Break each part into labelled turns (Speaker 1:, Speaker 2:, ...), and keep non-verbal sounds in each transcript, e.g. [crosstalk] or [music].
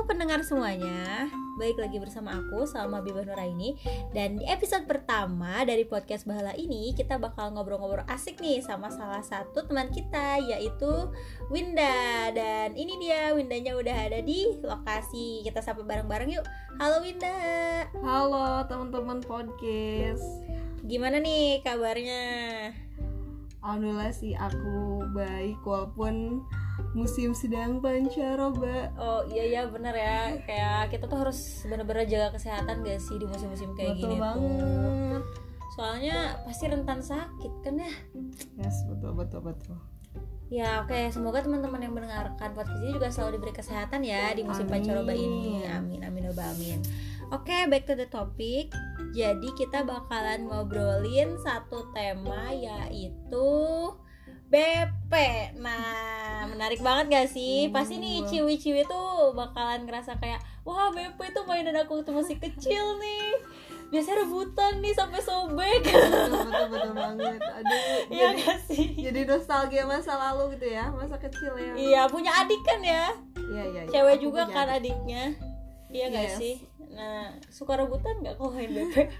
Speaker 1: pendengar semuanya Baik lagi bersama aku Salma Bibah Nuraini Dan di episode pertama dari podcast Bahala ini Kita bakal ngobrol-ngobrol asik nih Sama salah satu teman kita Yaitu Winda Dan ini dia Windanya udah ada di lokasi Kita sapa bareng-bareng yuk Halo Winda
Speaker 2: Halo teman-teman podcast.
Speaker 1: Gimana nih kabarnya?
Speaker 2: Alhamdulillah sih aku baik walaupun musim sedang pancaroba.
Speaker 1: Oh iya iya bener ya Kayak kita tuh harus bener-bener jaga kesehatan gak sih Di musim-musim kayak
Speaker 2: betul
Speaker 1: gini tuh?
Speaker 2: banget.
Speaker 1: Soalnya pasti rentan sakit kan ya
Speaker 2: Yes, betul betul
Speaker 1: [laughs]
Speaker 2: betul.
Speaker 1: Ya oke, semoga teman-teman yang mendengarkan podcast ini juga selalu diberi kesehatan ya di musim
Speaker 2: Amin.
Speaker 1: pancaroba ini. Amin, amin, oba, amin. Oke, back to the topic. Jadi kita bakalan ngobrolin satu tema yaitu BP. Nah, menarik banget gak sih?
Speaker 2: Hmm,
Speaker 1: Pasti nih
Speaker 2: banget.
Speaker 1: ciwi-ciwi tuh bakalan ngerasa kayak, wah BP itu mainan aku waktu masih kecil nih. Biasanya rebutan nih sampai sobek. [laughs]
Speaker 2: Betul betul betul banget. Aduh.
Speaker 1: Iya
Speaker 2: jadi,
Speaker 1: gak sih?
Speaker 2: jadi nostalgia masa lalu gitu ya, masa kecil ya.
Speaker 1: Iya, punya adik kan ya?
Speaker 2: Iya iya. iya.
Speaker 1: cewek
Speaker 2: Aku
Speaker 1: juga
Speaker 2: punya
Speaker 1: kan
Speaker 2: adik.
Speaker 1: adiknya iya nggak
Speaker 2: Yes.
Speaker 1: sih nah suka rebutan nggak kalau main
Speaker 2: [laughs]
Speaker 1: bebek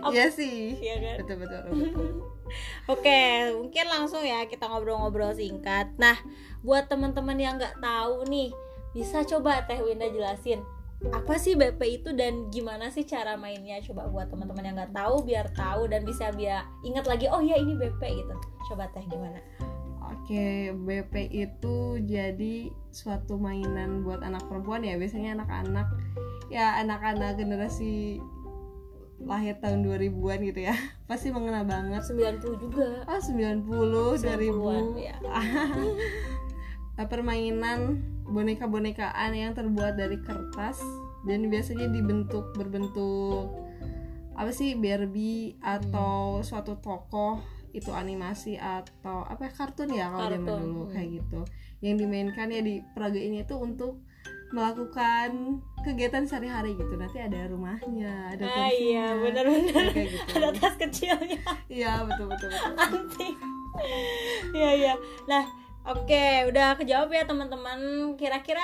Speaker 1: Apa-
Speaker 2: Iya sih.
Speaker 1: iya kan
Speaker 2: Betul betul. betul.
Speaker 1: oke mungkin langsung ya kita ngobrol-ngobrol singkat nah buat teman-teman yang nggak tahu nih bisa coba teh Winda jelasin apa sih BP itu dan gimana sih cara mainnya coba buat teman-teman yang nggak tahu biar tahu dan bisa biar ingat lagi oh ya ini BP gitu coba teh gimana
Speaker 2: Oke, BP itu jadi suatu mainan buat anak perempuan ya. Biasanya anak-anak ya anak-anak generasi lahir tahun 2000-an gitu ya. [laughs] Pasti mengenal banget.
Speaker 1: 90 juga
Speaker 2: Ah, 90,
Speaker 1: 90-an,
Speaker 2: 2000.
Speaker 1: ya.
Speaker 2: Nah, permainan boneka-bonekaan yang terbuat dari kertas dan biasanya dibentuk berbentuk apa sih Barbie atau
Speaker 1: Hmm.
Speaker 2: suatu tokoh itu animasi atau apa ya, kartun ya kalau zaman
Speaker 1: Kartun,
Speaker 2: dulu
Speaker 1: hmm.
Speaker 2: kayak gitu yang dimainkan ya di peragainnya itu untuk melakukan kegiatan sehari-hari gitu nanti ada rumahnya ada
Speaker 1: ah iya
Speaker 2: kursinya,
Speaker 1: benar-benar
Speaker 2: kayak gitu
Speaker 1: [laughs] ada tas kecilnya
Speaker 2: iya betul betul betul
Speaker 1: anting ya ya nah oke udah kejawab ya teman-teman kira-kira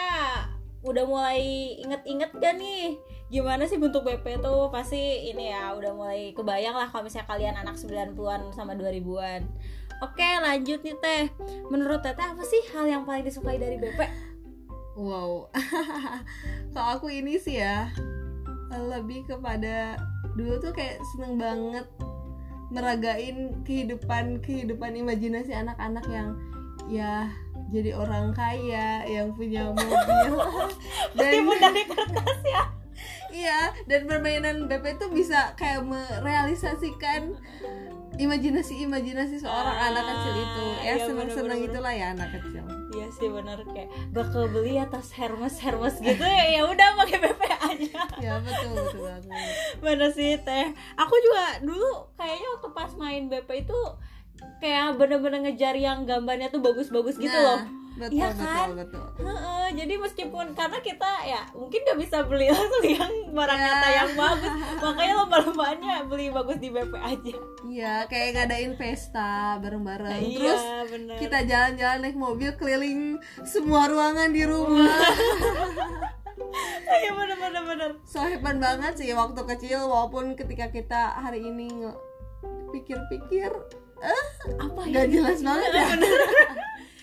Speaker 1: udah mulai inget-inget gak nih gimana sih bentuk BP tuh pasti ini ya udah mulai kebayang lah kalau misalnya kalian anak 90-an sama 2000-an Oke lanjut nih teh Menurut teteh apa sih hal yang paling disukai dari BP?
Speaker 2: Wow. [laughs] Kalau aku ini sih ya lebih kepada dulu tuh kayak seneng banget meragain kehidupan kehidupan imajinasi anak-anak yang ya jadi orang kaya yang
Speaker 1: [laughs]
Speaker 2: punya mobil dan
Speaker 1: Timun dari kertas ya
Speaker 2: iya dan permainan BP tuh bisa kayak merealisasikan imajinasi imajinasi seorang
Speaker 1: Ah,
Speaker 2: anak kecil itu ya
Speaker 1: iya,
Speaker 2: seneng-seneng
Speaker 1: bener-bener.
Speaker 2: itulah ya anak kecil
Speaker 1: Iya sih bener kayak gak kebeli atas Hermes Hermes gitu ya ya udah pakai BP aja
Speaker 2: ya betul betul banget
Speaker 1: Bener sih teh Aku juga dulu kayaknya waktu pas main BP itu Kayak bener-bener ngejar yang gambarnya tuh bagus-bagus gitu
Speaker 2: Nah,
Speaker 1: loh
Speaker 2: Betul,
Speaker 1: Iya kan?
Speaker 2: betul, betul.
Speaker 1: Heeh, Jadi meskipun karena kita ya mungkin gak bisa beli [laughs] langsung yang barang
Speaker 2: Ya.
Speaker 1: nyata yang bagus Makanya lomba-lombaannya beli bagus di BP aja [laughs]
Speaker 2: Iya, kayak ngadain pesta bareng-bareng. Terus
Speaker 1: Iya bener
Speaker 2: kita jalan-jalan naik mobil keliling semua ruangan di [laughs] rumah.
Speaker 1: Iya bener-bener bener
Speaker 2: so hebat banget sih waktu kecil walaupun ketika kita hari ini nge- pikir-pikir eh,
Speaker 1: Apa ya?
Speaker 2: nggak jelas banget ya.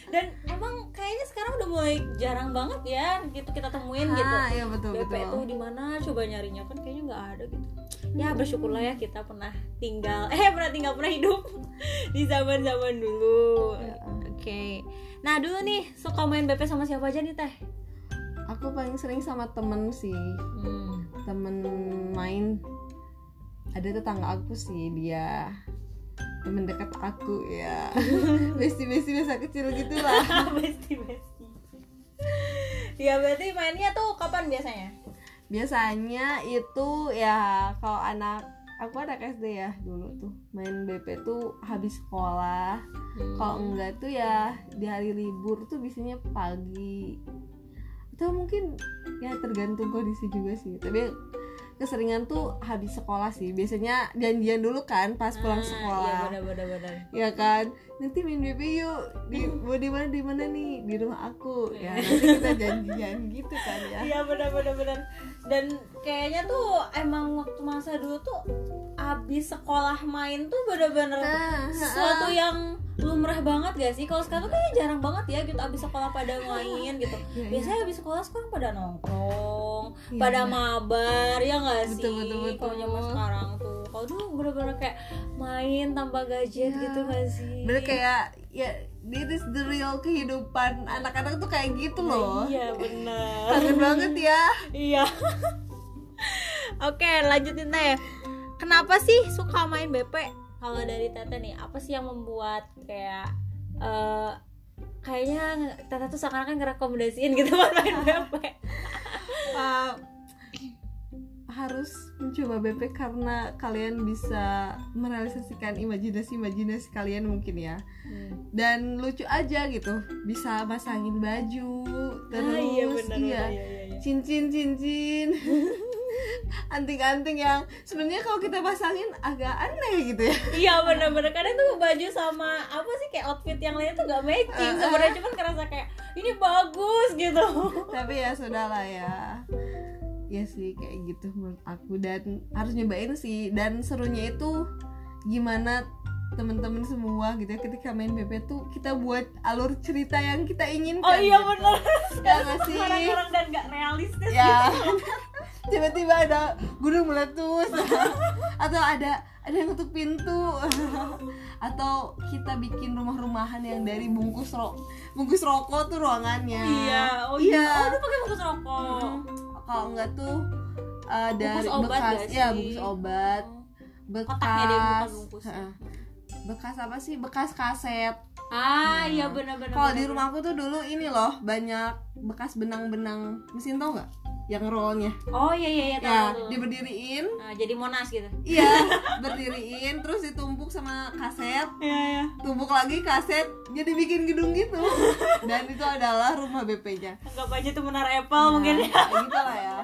Speaker 1: Dan emang kayaknya sekarang udah mulai jarang banget ya gitu kita temuin [laughs] gitu
Speaker 2: Ah, iya betul
Speaker 1: BP
Speaker 2: betul.
Speaker 1: tuh di mana coba nyarinya kan kayaknya nggak ada gitu ya
Speaker 2: Hmm.
Speaker 1: bersyukurlah ya kita pernah tinggal [laughs] eh pernah tinggal pernah hidup [laughs] di zaman zaman dulu
Speaker 2: Ya.
Speaker 1: oke nah dulu nih suka main BP sama siapa aja nih teh
Speaker 2: Aku paling sering sama temen sih,
Speaker 1: hmm.
Speaker 2: temen main. Ada tetangga aku sih dia temen dekat aku ya.
Speaker 1: [laughs]
Speaker 2: Besti-besti biasa kecil gitu lah.
Speaker 1: [laughs] besti besti ya berarti mainnya tuh kapan biasanya
Speaker 2: biasanya itu ya kalau anak aku anak SD ya dulu tuh main BP tuh habis sekolah kalau
Speaker 1: Hmm.
Speaker 2: enggak tuh ya di hari libur tuh biasanya pagi atau mungkin ya tergantung kondisi juga sih tapi keseringan tuh habis sekolah sih biasanya janjian dulu kan pas pulang
Speaker 1: Ah,
Speaker 2: sekolah
Speaker 1: Iya benar-benar.
Speaker 2: ya kan nanti main BB yuk di
Speaker 1: Hmm.
Speaker 2: mau di mana di mana nih di rumah aku ya nanti kita janjian gitu kan ya
Speaker 1: Iya benar-benar. Dan kayaknya tuh emang waktu masa dulu tuh abis sekolah main tuh bener-bener
Speaker 2: Ah,
Speaker 1: sesuatu yang lumrah banget gak sih? Kalau sekarang tuh kayaknya jarang banget ya gitu abis sekolah pada main gitu.
Speaker 2: Iya, iya.
Speaker 1: Biasanya abis sekolah sekarang pada nongkrong,
Speaker 2: Iya.
Speaker 1: pada mabar ya gak sih?
Speaker 2: Betul, betul, betul.
Speaker 1: Kalau zaman sekarang tuh, kalau dulu bener-bener kayak main tanpa gadget
Speaker 2: Iya.
Speaker 1: gitu gak sih?
Speaker 2: bener kayak ya this is the real kehidupan anak-anak tuh kayak gitu loh
Speaker 1: Iya bener.
Speaker 2: kangen banget ya
Speaker 1: Iya. [laughs] Oke, lanjutin teh. Kenapa sih suka main BP? Kalau dari Tete nih, apa sih yang membuat kayak eh kayaknya Tete tuh seakan-akan ngerekomendasiin gitu buat main BP?
Speaker 2: Uh, harus mencoba BP karena kalian bisa merealisasikan imajinasi-imajinasi kalian mungkin ya dan lucu aja gitu bisa masangin baju
Speaker 1: Ah,
Speaker 2: terus
Speaker 1: iya benar.
Speaker 2: iya. cincin cincin [laughs] anting-anting yang sebenarnya kalau kita pasangin agak aneh gitu ya
Speaker 1: Iya bener-bener kadang tuh baju sama apa sih kayak outfit yang lainnya tuh gak matching
Speaker 2: Eh, eh.
Speaker 1: sebenarnya cuman kerasa kayak ini bagus gitu.
Speaker 2: tapi ya sudahlah ya ya sih kayak gitu menurut aku dan harus nyobain sih dan serunya itu gimana teman-teman semua gitu ya ketika main BP tuh kita buat alur cerita yang kita inginkan
Speaker 1: Oh iya
Speaker 2: gitu.
Speaker 1: bener.
Speaker 2: ya nggak sih
Speaker 1: Orang-orang dan gak realistis.
Speaker 2: ya [laughs] tiba-tiba ada gunung meletus [laughs] atau ada ada yang nutup pintu [laughs] atau kita bikin rumah-rumahan yang dari bungkus ro bungkus rokok tuh ruangannya
Speaker 1: Iya, oh iya. Oh, lu pakai bungkus rokok.
Speaker 2: kalau enggak tuh uh, dari
Speaker 1: Bungkus obat
Speaker 2: bekas
Speaker 1: nggak
Speaker 2: ya
Speaker 1: sih?
Speaker 2: bungkus obat bekas
Speaker 1: Kotaknya deh, bukan bungkusnya.
Speaker 2: Heeh. bekas apa sih bekas kaset
Speaker 1: Ah, iya benar-benar.
Speaker 2: kalau di
Speaker 1: benar-benar.
Speaker 2: rumah aku tuh dulu ini loh banyak bekas benang-benang mesin tau nggak yang rollnya
Speaker 1: Oh iya iya iya tahu.
Speaker 2: ya
Speaker 1: tahu.
Speaker 2: diberdiriin
Speaker 1: Nah, jadi monas gitu.
Speaker 2: iya berdiriin terus ditumpuk sama kaset
Speaker 1: Iya iya.
Speaker 2: tumpuk lagi kaset jadi bikin gedung gitu dan itu adalah rumah BP-nya
Speaker 1: Anggap aja itu menara Apple Oh, [laughs] mungkin.
Speaker 2: ya gitu lah ya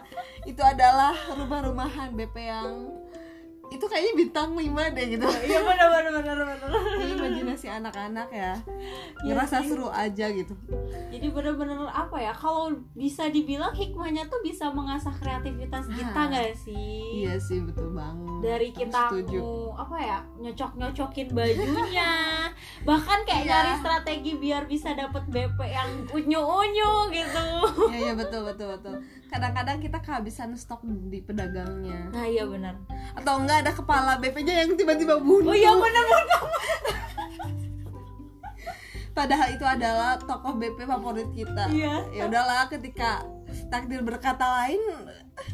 Speaker 2: itu adalah rumah-rumahan BP yang itu kayaknya bintang 5 deh gitu
Speaker 1: Iya benar-benar benar-benar.
Speaker 2: Ini imajinasi anak-anak ya
Speaker 1: Iya
Speaker 2: ngerasa seru aja gitu
Speaker 1: Jadi benar-benar apa ya? Kalau bisa dibilang hikmahnya tuh bisa mengasah kreativitas kita
Speaker 2: Ah,
Speaker 1: nggak sih?
Speaker 2: iya sih betul banget
Speaker 1: Dari kita
Speaker 2: Setuju.
Speaker 1: mau apa ya nyocok-nyocokin [laughs] bajunya, bahkan kayak
Speaker 2: Iya.
Speaker 1: nyari strategi biar bisa dapet BP yang unyu-unyu [laughs] gitu.
Speaker 2: iya iya betul betul betul kadang-kadang kita kehabisan stok di pedagangnya
Speaker 1: Nah iya benar.
Speaker 2: atau enggak ada kepala BP-nya yang tiba-tiba buntu.
Speaker 1: Oh iya benar benar.
Speaker 2: Padahal itu adalah tokoh BP favorit kita.
Speaker 1: Iya.
Speaker 2: Ya udahlah ketika takdir berkata lain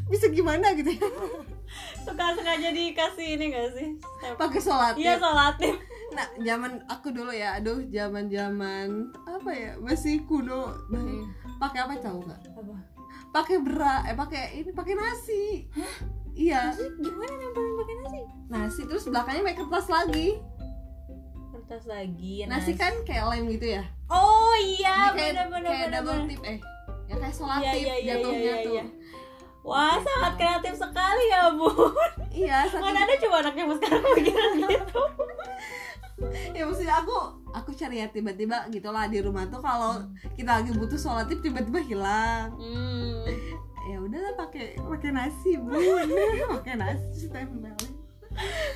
Speaker 2: bisa gimana gitu ya. [laughs]
Speaker 1: Suka sengaja dikasih ini gak sih? Step.
Speaker 2: Pakai sholat. ya.
Speaker 1: Iya solatif.
Speaker 2: Nah, zaman aku dulu ya, aduh zaman-zaman apa ya? Masih kuno. Nah, Pakai apa tahu nggak?
Speaker 1: Apa?
Speaker 2: Pakai bra, eh pakai ini pakai nasi. Iya,
Speaker 1: Maksudnya gimana nempelin pakai nasi?
Speaker 2: nasi terus belakangnya pakai kertas lagi.
Speaker 1: Kertas lagi.
Speaker 2: Nasi kan kayak lem gitu ya.
Speaker 1: Oh
Speaker 2: Ini
Speaker 1: iya
Speaker 2: kayak
Speaker 1: benar benar
Speaker 2: kayak
Speaker 1: benar.
Speaker 2: double
Speaker 1: benar.
Speaker 2: tip eh. Ya kayak sholat
Speaker 1: Iya
Speaker 2: tip
Speaker 1: iya iya iya
Speaker 2: jatuhnya
Speaker 1: iya,
Speaker 2: tuh.
Speaker 1: iya. Wah sangat kreatif sekali ya
Speaker 2: [laughs]
Speaker 1: bu.
Speaker 2: Iya, saking
Speaker 1: Mana ada coba anaknya mas sekarang [laughs] pikiran gitu.
Speaker 2: ya maksudnya aku aku cari ya tiba-tiba gitulah di rumah tuh kalau kita lagi butuh sholatip tiba-tiba hilang
Speaker 1: Hmm.
Speaker 2: ya udahlah pakai pakai nasi bu [laughs] pakai nasi tempel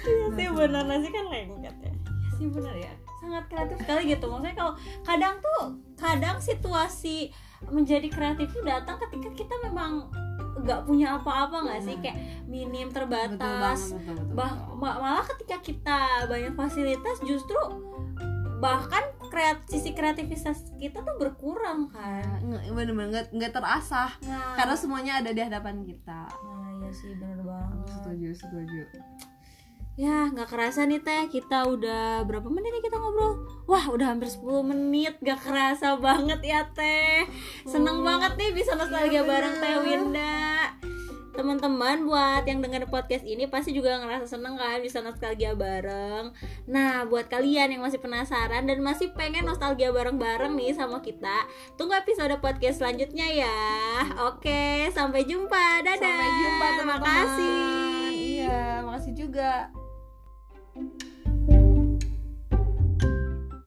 Speaker 1: Iya sih benar nasi kan lengket ya. Iya sih benar ya. Sangat kreatif sekali gitu. Maksudnya kalau kadang tuh kadang situasi menjadi kreatif itu datang ketika kita memang nggak punya apa-apa nggak sih
Speaker 2: Benar.
Speaker 1: kayak minim
Speaker 2: betul banget
Speaker 1: terbatas
Speaker 2: betul betul,
Speaker 1: bah
Speaker 2: betul.
Speaker 1: ma- malah ketika kita banyak fasilitas justru bahkan kreat sisi kreativitas kita tuh berkurang kan
Speaker 2: nggak bener-bener nggak nggak terasah
Speaker 1: nah,
Speaker 2: karena semuanya ada di hadapan kita
Speaker 1: nah iya sih bener banget
Speaker 2: setuju setuju
Speaker 1: ya nggak kerasa nih teh kita udah berapa menit nih kita ngobrol wah udah hampir 10 menit gak kerasa banget ya teh seneng
Speaker 2: Oh,
Speaker 1: banget nih bisa nostalgia
Speaker 2: iya
Speaker 1: bareng teh
Speaker 2: bener.
Speaker 1: Winda teman-teman buat yang dengar podcast ini pasti juga ngerasa seneng kan bisa nostalgia bareng. Nah, buat kalian yang masih penasaran dan masih pengen nostalgia bareng-bareng nih sama kita, tunggu episode podcast selanjutnya ya. Oke, sampai jumpa. Dadah.
Speaker 2: Sampai jumpa teman-teman.
Speaker 1: Makasih.
Speaker 2: Iya, makasih juga.